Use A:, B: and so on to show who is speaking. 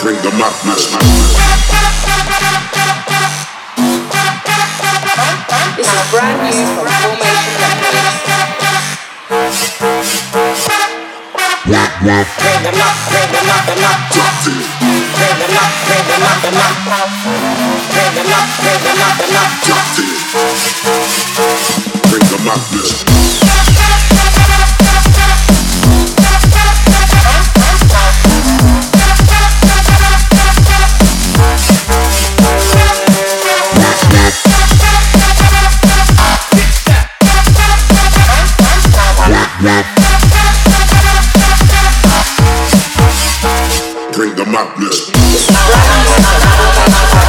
A: Bring the madness, madness.
B: This is brand new from Formation Records.
C: Bring them up, bring them up, them up, bring them up, bring them up, them up, bring them up, bring them up, them up.
A: Bring the madness. Bring the madness.
C: Bring them up,